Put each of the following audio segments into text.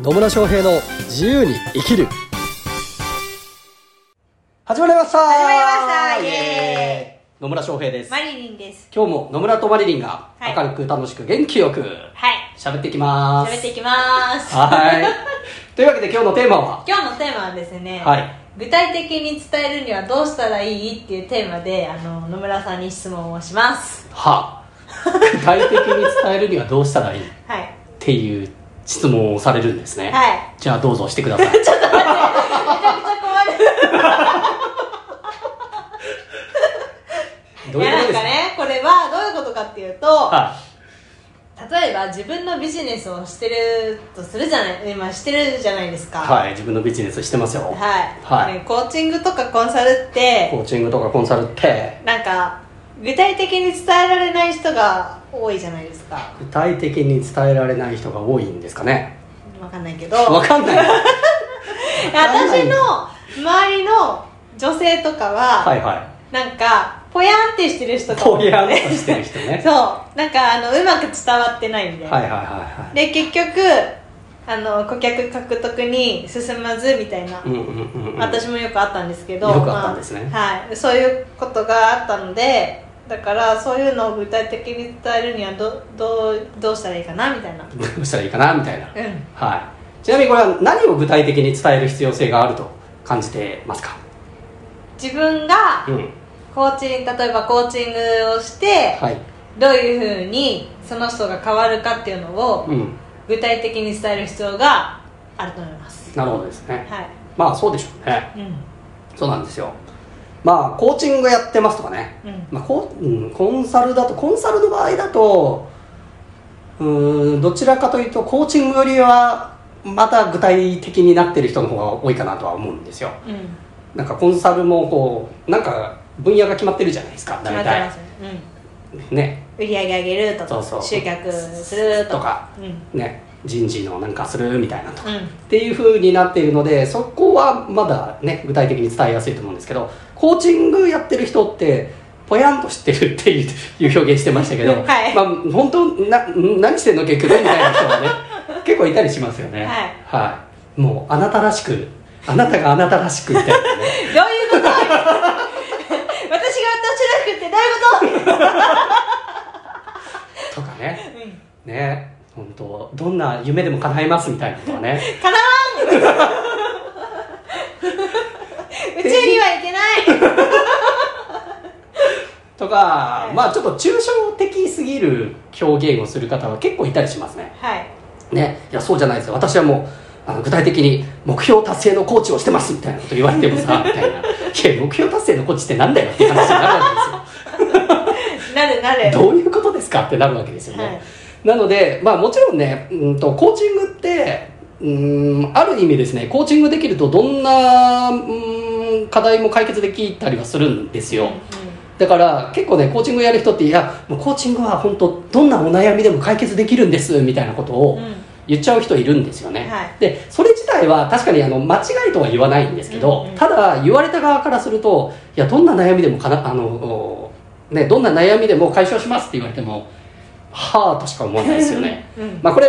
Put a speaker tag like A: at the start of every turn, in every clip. A: 野村翔平の自由に生きる始まりました
B: 始まりましたイエ
A: 野村翔平です
B: マリリンです。
A: 今日も野村とマリリンが
B: はい
A: 明るく楽しく元気よく
B: はい。
A: 喋ってきます
B: 喋っていきます。
A: はいというわけで今日のテーマは
B: 今日のテーマはですね、
A: はい
B: 具体的に伝えるにはどうしたらいいっていうテーマで、あの、野村さんに質問をします。
A: は具体的に伝えるにはどうしたらいいっ
B: はい。
A: ていう質問をされるんですね、
B: はい。
A: じゃあどうぞしてください
B: めちゃくちゃ困る。
A: どういうことで
B: や
A: す
B: なんか
A: か
B: ね、これはどういうことかっていうと、
A: は
B: 例えば自分のビジネスをしてるとするじゃない、今してるじゃないですか。
A: い、はい、自分のビジネスしてますよ、
B: は
A: は
B: い。
A: い
B: ねコーチングとかコンサルって、
A: コーチングとかコンサルって
B: なんか、具体的に伝えられない人が多いじゃないですか。
A: 具体的に伝えられない人が多いんですかね
B: わかんないけど
A: わかん ない
B: 私の周りの女性とかは、
A: はいはい
B: なんかぽやんってしてる人が多
A: ポ
B: い
A: イ
B: よ
A: アンと
B: ね
A: してる人ね
B: そうなんかあのうまく伝わってないんで、
A: はいはいはいは
B: で結局あの顧客獲得に進まずみたいな、
A: いうんうんうん、うん、
B: 私もよくあったんですけど
A: よくあったんですね
B: まあはい、そういうことがあったのでだからそういうのを具体的に伝えるにはどどうどうしたらいいかなみたいな
A: どうしたらいいかなみたいな
B: うん
A: はいちなみにこれは何を具体的に伝える必要性があると感じてますか
B: 自分が
A: うん
B: コーチン例えばコーチングをして、
A: はい
B: どういうふうにその人が変わるかっていうのを
A: うん
B: 具体的に伝える必要があると思います
A: なるほどですね
B: はい、
A: まあそうでしょうね
B: うん
A: そうなんですよまあコーチングやってますとかね
B: うん、
A: まあこううん、コンサルだとコンサルの場合だとうーんどちらかというとコーチングよりはまた具体的になってる人の方が多いかなとは思うんですよ
B: うん、
A: なんかコンサルもこうなんか分野が決まってるじゃないですか
B: 決
A: 大
B: まってま
A: 体
B: す、うん、
A: ね
B: 売り上げ上げるとか
A: そうそう
B: 集客すると
A: とか
B: うんうん
A: ね人事のなんかするみたいなとかっていう風になっているのでそこはまだね具体的に伝えやすいと思うんですけどコーチングやってる人ってぽやんとしてるっていういう表現してましたけど、
B: はい
A: まあ、本当な何してんの結局みたいな人は ね結構いたりしますよね
B: は
A: い
B: い
A: もうあなたらしくあなたがあなたらしくみたいな
B: ど
A: ね
B: ういうこと 私が私らしくってどういうこと
A: とかね
B: うん
A: ね本当どんな夢でも叶えますみたいなことはね
B: かなわん宇宙には行けない
A: とか、
B: い
A: まあちょっと抽象的すぎる表現をする方は結構いたりしますね
B: はい
A: ね、いやそうじゃないですよ私はもうあの具体的に目標達成のコーチをしてますみたいなこと言われてもさみたいな「いや目標達成のコーチってなんだよ」っていう話になるわ
B: なるな
A: けで
B: る
A: すよどういうことですかってなるわけですよね、
B: はい
A: なので、まあ、もちろんねうんとコーチングってうんある意味ですねコーチングできるとどんなうん課題も解決できたりはするんですよ、だから結構ねコーチングやる人っていやもうコーチングは本当どんなお悩みでも解決できるんですみたいなことを、
B: うんうん
A: 言っちゃう人いるんですよね、
B: はい
A: でそれ自体は確かにあの間違いとは言わないんですけど、
B: うんうん
A: ただ言われた側からするといやどんな悩みでもかなあの、おね、どんな悩みでも解消しますって言われてもはあとしか思わないですよね
B: うん
A: まあこれ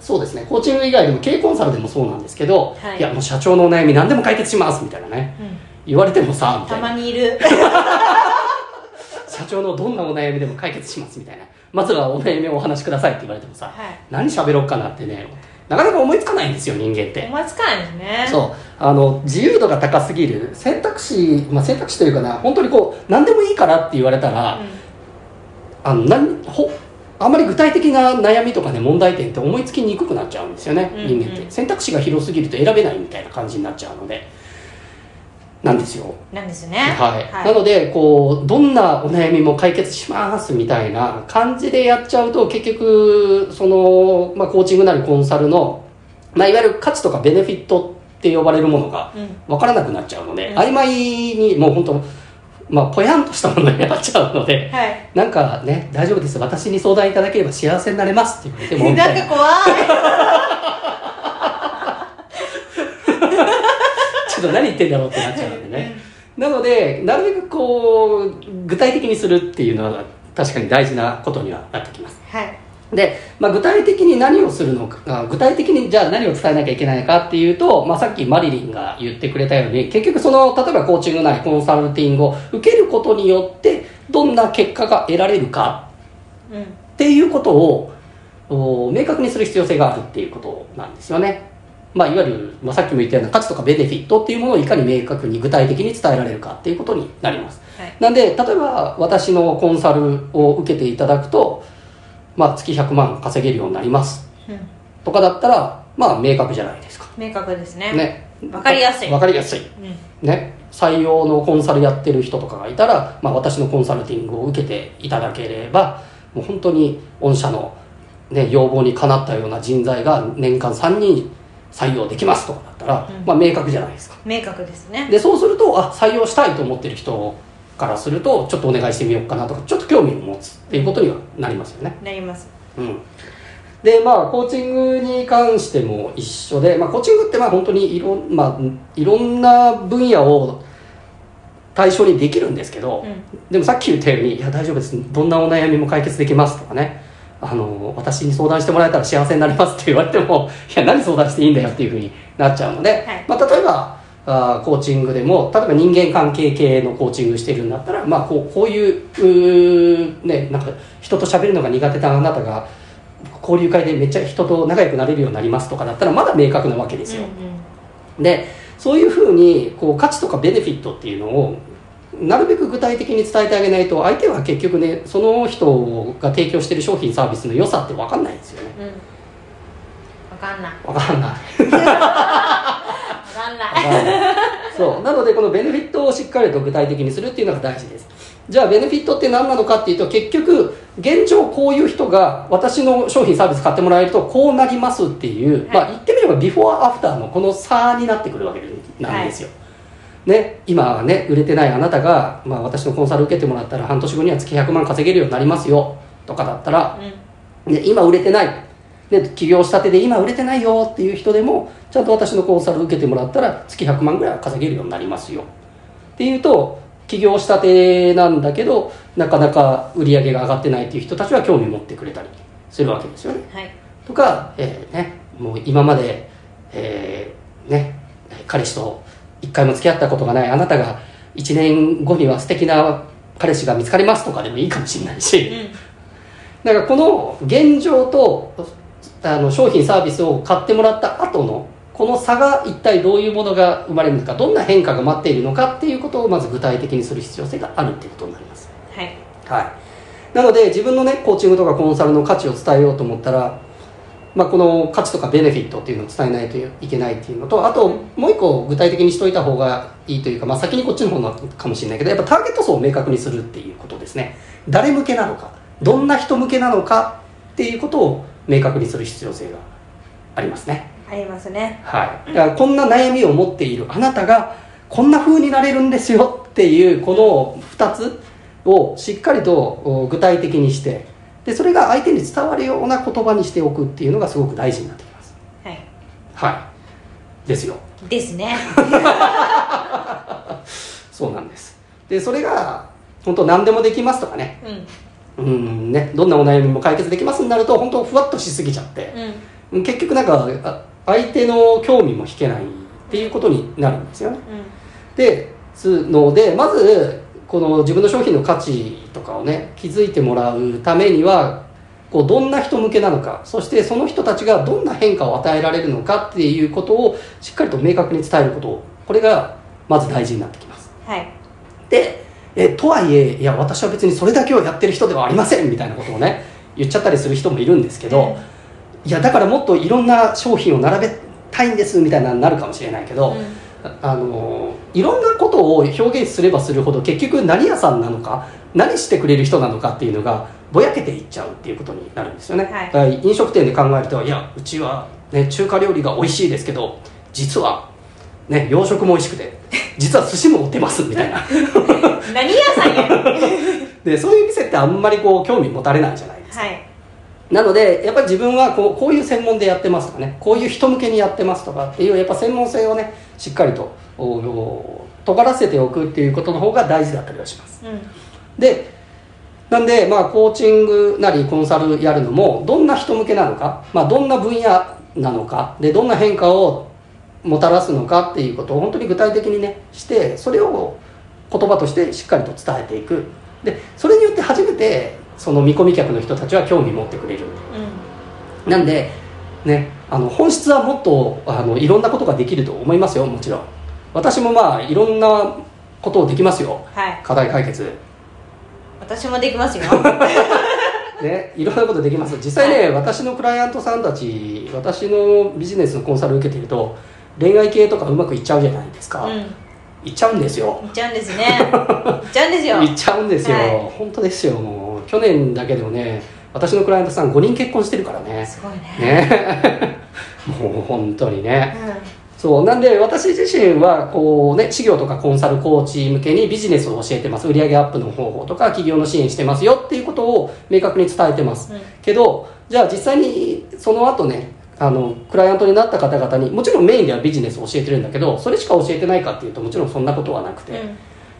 A: そうですねコーチング以外でも経営コンサルでもそうなんですけど、
B: はい
A: いやもう社長のお悩み何でも解決しますみたいなね
B: うん
A: 言われてもさみた
B: た
A: いな
B: まにいる
A: 社長のどんなお悩みでも解決しますみたいなまずはお悩みをお話しくださいって言われてもさ、
B: はい
A: 何喋ろうかなってねなかなか思いつかないんですよ人間って
B: 思いつかないですね
A: そうあの自由度が高すぎる選択肢、まあ、選択肢というかな本当にこう何でもいいからって言われたら、あのなんほあんまり具体的な悩みとかね問題点って思いつきにくくなっちゃうんですよね、
B: うんうん
A: 人間って選択肢が広すぎると選べないみたいな感じになっちゃうのでなんですよ
B: うん、なんですね
A: はい、
B: は
A: ないのでこうどんなお悩みも解決しますみたいな感じでやっちゃうと結局その、まあ、コーチングなりコンサルの、まあ、いわゆる価値とかベネフィットって呼ばれるものが
B: うん
A: 分からなくなっちゃうので、
B: うん
A: 曖昧にもう本当まあぽやんとしたものになっちゃうので
B: はい
A: なんかね大丈夫です私に相談いただければ幸せになれますって言われても みた
B: ないん
A: な
B: か怖い
A: ちょっと何言ってんだろうってなっちゃうのでね。なので、なるべくこう、具体的にするっていうのは確かに大事なことにはなってきます。
B: はい
A: で、まあ、具体的に何をするのかあ具体的にじゃあ何を伝えなきゃいけないかっていうと、まあ、さっきマリリンが言ってくれたように結局その例えばコーチングなりコンサルティングを受けることによってどんな結果が得られるか
B: うん
A: っていうことをお明確にする必要性があるっていうことなんですよね。まあ、いわゆる、まあ、さっきも言ったような価値とかベネフィットっていうものをいかに明確に具体的に伝えられるかっていうことになります。
B: はい
A: なんで例えば私のコンサルを受けていただくと、まあ、月100万稼げるようになります
B: うん
A: とかだったらまあ明確じゃないですか
B: 明確ですね
A: ね
B: わかりやすい
A: わかりやすい
B: うん
A: ね採用のコンサルやってる人とかがいたら、まあ、私のコンサルティングを受けていただければもう本当に御社の、ね、要望にかなったような人材が年間3人採用できますとかだったら、
B: うん
A: まあ、明確じゃないですか
B: 明確ですね
A: でそうするとあ採用したいと思ってる人からするとちょっとお願いしてみようかなとかちょっと興味を持つっていうことにはなりますよね。
B: なります
A: うん、でまあコーチングに関しても一緒で、まあ、コーチングってまあ本当にいろ,、まあ、いろんな分野を対象にできるんですけど、
B: うん
A: でもさっき言ったように「いや大丈夫ですどんなお悩みも解決できます」とかねあの私に相談してもらえたら幸せになりますって言われてもいや何相談していいんだよっていうふうになっちゃうので、
B: い
A: まあ、例えばあーコーチングでも例えば人間関係系のコーチングしてるんだったら、まあ、こうこういううーね、なんか人と喋るのが苦手なあなたが交流会でめっちゃ人と仲良くなれるようになりますとかだったらまだ明確なわけですよ。
B: うんうん
A: でそういうふうにこう価値とかベネフィットっていうのをなるべく具体的に伝えてあげないと相手は結局ねその人が提供してる商品サービスの良さって分かんないですよね
B: うんわかんない
A: 分かんない分か
B: わかんない
A: んないそうなのでこのベネフィットをしっかりと具体的にするっていうのが大事ですじゃあベネフィットって何なのかっていうと結局現状こういう人が私の商品サービス買ってもらえるとこうなりますっていう、
B: はい
A: まあ言ってみればビフォーアフターのこの差になってくるわけなんですよ、ね、今はね売れてないあなたが、まあ、私のコンサル受けてもらったら半年後には月100万稼げるようになりますよとかだったら、
B: うん
A: で今売れてないで起業したてで今売れてないよっていう人でもちゃんと私のコンサル受けてもらったら月100万ぐらいは稼げるようになりますよっていうと起業したてなんだけどなかなか売り上げが上がってないっていう人たちは興味持ってくれたりするわけですよね
B: はい
A: とか、えーね、もう今まで、えーね、彼氏と一回も付き合ったことがないあなたが1年後には素敵な彼氏が見つかりますとかでもいいかもしれないし、
B: う
A: だからこの現状とあの商品サービスを買ってもらった後のこの差が一体どういうものが生まれるのかどんな変化が待っているのかっていうことをまず具体的にする必要性があるっていうことになります。
B: んはい
A: はい、なので自分のねコーチングとかコンサルの価値を伝えようと思ったら、まあ、この価値とかベネフィットっていうのを伝えないといけないっていうのとあともう一個具体的にしといた方がいいというか、まあ、先にこっちの方なのかもしれないけどやっぱターゲット層を明確にするっていうことですね誰向けなのかどんな人向けなのかっていうことを明確にする必要性がありますね
B: ありますね
A: はい、だからこんな悩みを持っているあなたがこんな風になれるんですよっていうこの2つをしっかりとお具体的にしてでそれが相手に伝わるような言葉にしておくっていうのがすごく大事になってきます
B: はい
A: はいですよ
B: で すね
A: そうなんですでそれが本当何でもできますとかね
B: うんうん
A: うんねどんなお悩みも解決できますになると本当ふわっとしすぎちゃって結局なんかあ相手の興味も引けないっていうことになるんですよね
B: うん
A: ですのでまずこの自分の商品の価値とかをね気づいてもらうためにはこうどんな人向けなのかそしてその人たちがどんな変化を与えられるのかっていうことをしっかりと明確に伝えることこれがまず大事になってきます。
B: はい
A: でえとはいえいや私は別にそれだけをやってる人ではありませんみたいなことをね言っちゃったりする人もいるんですけど、いやだからもっといろんな商品を並べたいんですみたいなになるかもしれないけど、
B: うん
A: あのいろんなことを表現すればするほど結局何屋さんなのか何してくれる人なのかっていうのがぼやけていっちゃうっていうことになるんですよね、
B: はい
A: だから飲食店で考えるといやうちは、ね、中華料理が美味しいですけど実は、ね、洋食も美味しくて実は寿司も売ってますみたいな
B: 何屋さんや
A: でそういう店ってあんまりこう興味持たれないじゃないですか
B: はい
A: なのでやっぱり自分はこうこういう専門でやってますとかねこういう人向けにやってますとかっていうやっぱ専門性をねしっかりとおお尖らせておくっていうことの方が大事だったりはします
B: うん
A: でなんで、まあ、コーチングなりコンサルやるのもどんな人向けなのか、まあ、どんな分野なのかでどんな変化をもたらすのかっていうことを本当に具体的にねしてそれを言葉としてしっかりと伝えていくでそれによって初めてその見込み客の人たちは興味持ってくれるなんで、ね、あの本質はもっとあのいろんなことができると思いますよもちろん私もまあいろんなことをできますよ
B: はい
A: 課題解決
B: 私もでき ますよ
A: ね、いろんなことできます実際ね私のクライアントさんたち私のビジネスのコンサル受けてると恋愛系とかうまくいっちゃうじゃないですか、
B: うん
A: いっちゃうんですよ
B: いっちゃうんですねいっちゃうんですよ
A: いっちゃうんですよ、
B: はい
A: 本当ですよもう去年だけでもね私のクライアントさん5人結婚してるからね
B: すごいね
A: ね もう本当にね
B: う
A: そうなんで私自身はこうね事業とかコンサルコーチ向けにビジネスを教えてます売上アップの方法とか企業の支援してますよっていうことを明確に伝えてます
B: んうん
A: けどじゃあ実際にその後ねあのクライアントになった方々にもちろんメインではビジネスを教えてるんだけどそれしか教えてないかっていうともちろんそんなことはなくて、
B: うん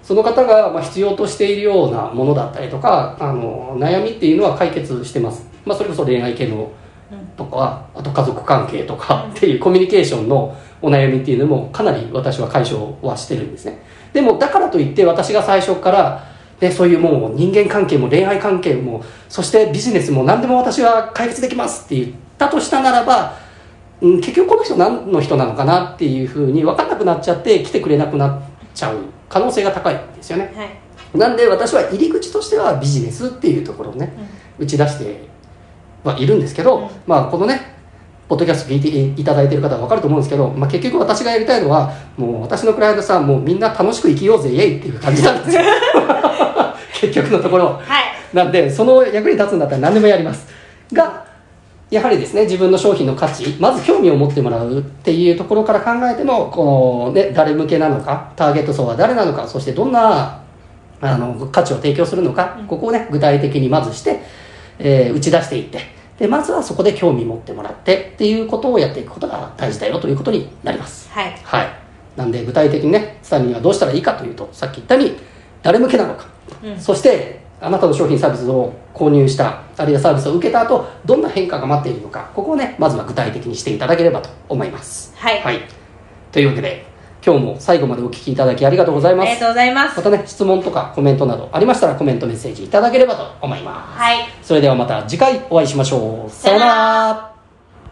A: その方がまあ必要としているようなものだったりとかあの悩みっていうのは解決してます、まあ、それこそ恋愛系の
B: うん
A: とかあと家族関係とか
B: うん
A: っていうコミュニケーションのお悩みっていうのもかなり私は解消はしてるんですねでもだからといって私が最初から、ね、そういうもう人間関係も恋愛関係もそしてビジネスも何でも私は解決できますって言ったとしたならば、うん、結局この人何の人なのかなっていうふうに分かんなくなっちゃって来てくれなくなっちゃう可能性が高いんですよね
B: はい
A: なんで私は入り口としてはビジネスっていうところをね打ち出してはいるんですけど、
B: うん
A: まあこのねポッドキャスト聞いていただいている方は分かると思うんですけど、まあ、結局私がやりたいのはもう私のクライアントさんもうみんな楽しく生きようぜイエイっていう感じなんです よ結局のところ
B: はい
A: なんでその役に立つんだったら何でもやりますがやはりですね自分の商品の価値まず興味を持ってもらうっていうところから考えてもこの、ね、誰向けなのかターゲット層は誰なのかそしてどんなあの価値を提供するのか
B: うん
A: ここをね具体的にまずして、えー打ち出していってでまずはそこで興味持ってもらってっていうことをやっていくことが大事だよということになります
B: はい
A: はいなんで具体的にね伝えるにはどうしたらいいかというとさっき言ったように誰向けなのか
B: うん
A: そしてあなたの商品サービスを購入したあるいはサービスを受けた後どんな変化が待っているのかここをねまずは具体的にしていただければと思います
B: はい
A: はいというわけで今日も最後までお聞きいただきありがとうござい
B: あ
A: ま
B: りが
A: す
B: とうございます
A: またね質問とかコメントなどありましたらコメントメッセージいただければと思いま
B: はい
A: すそれではまた次回お会いしましょうさような
B: さような
A: ら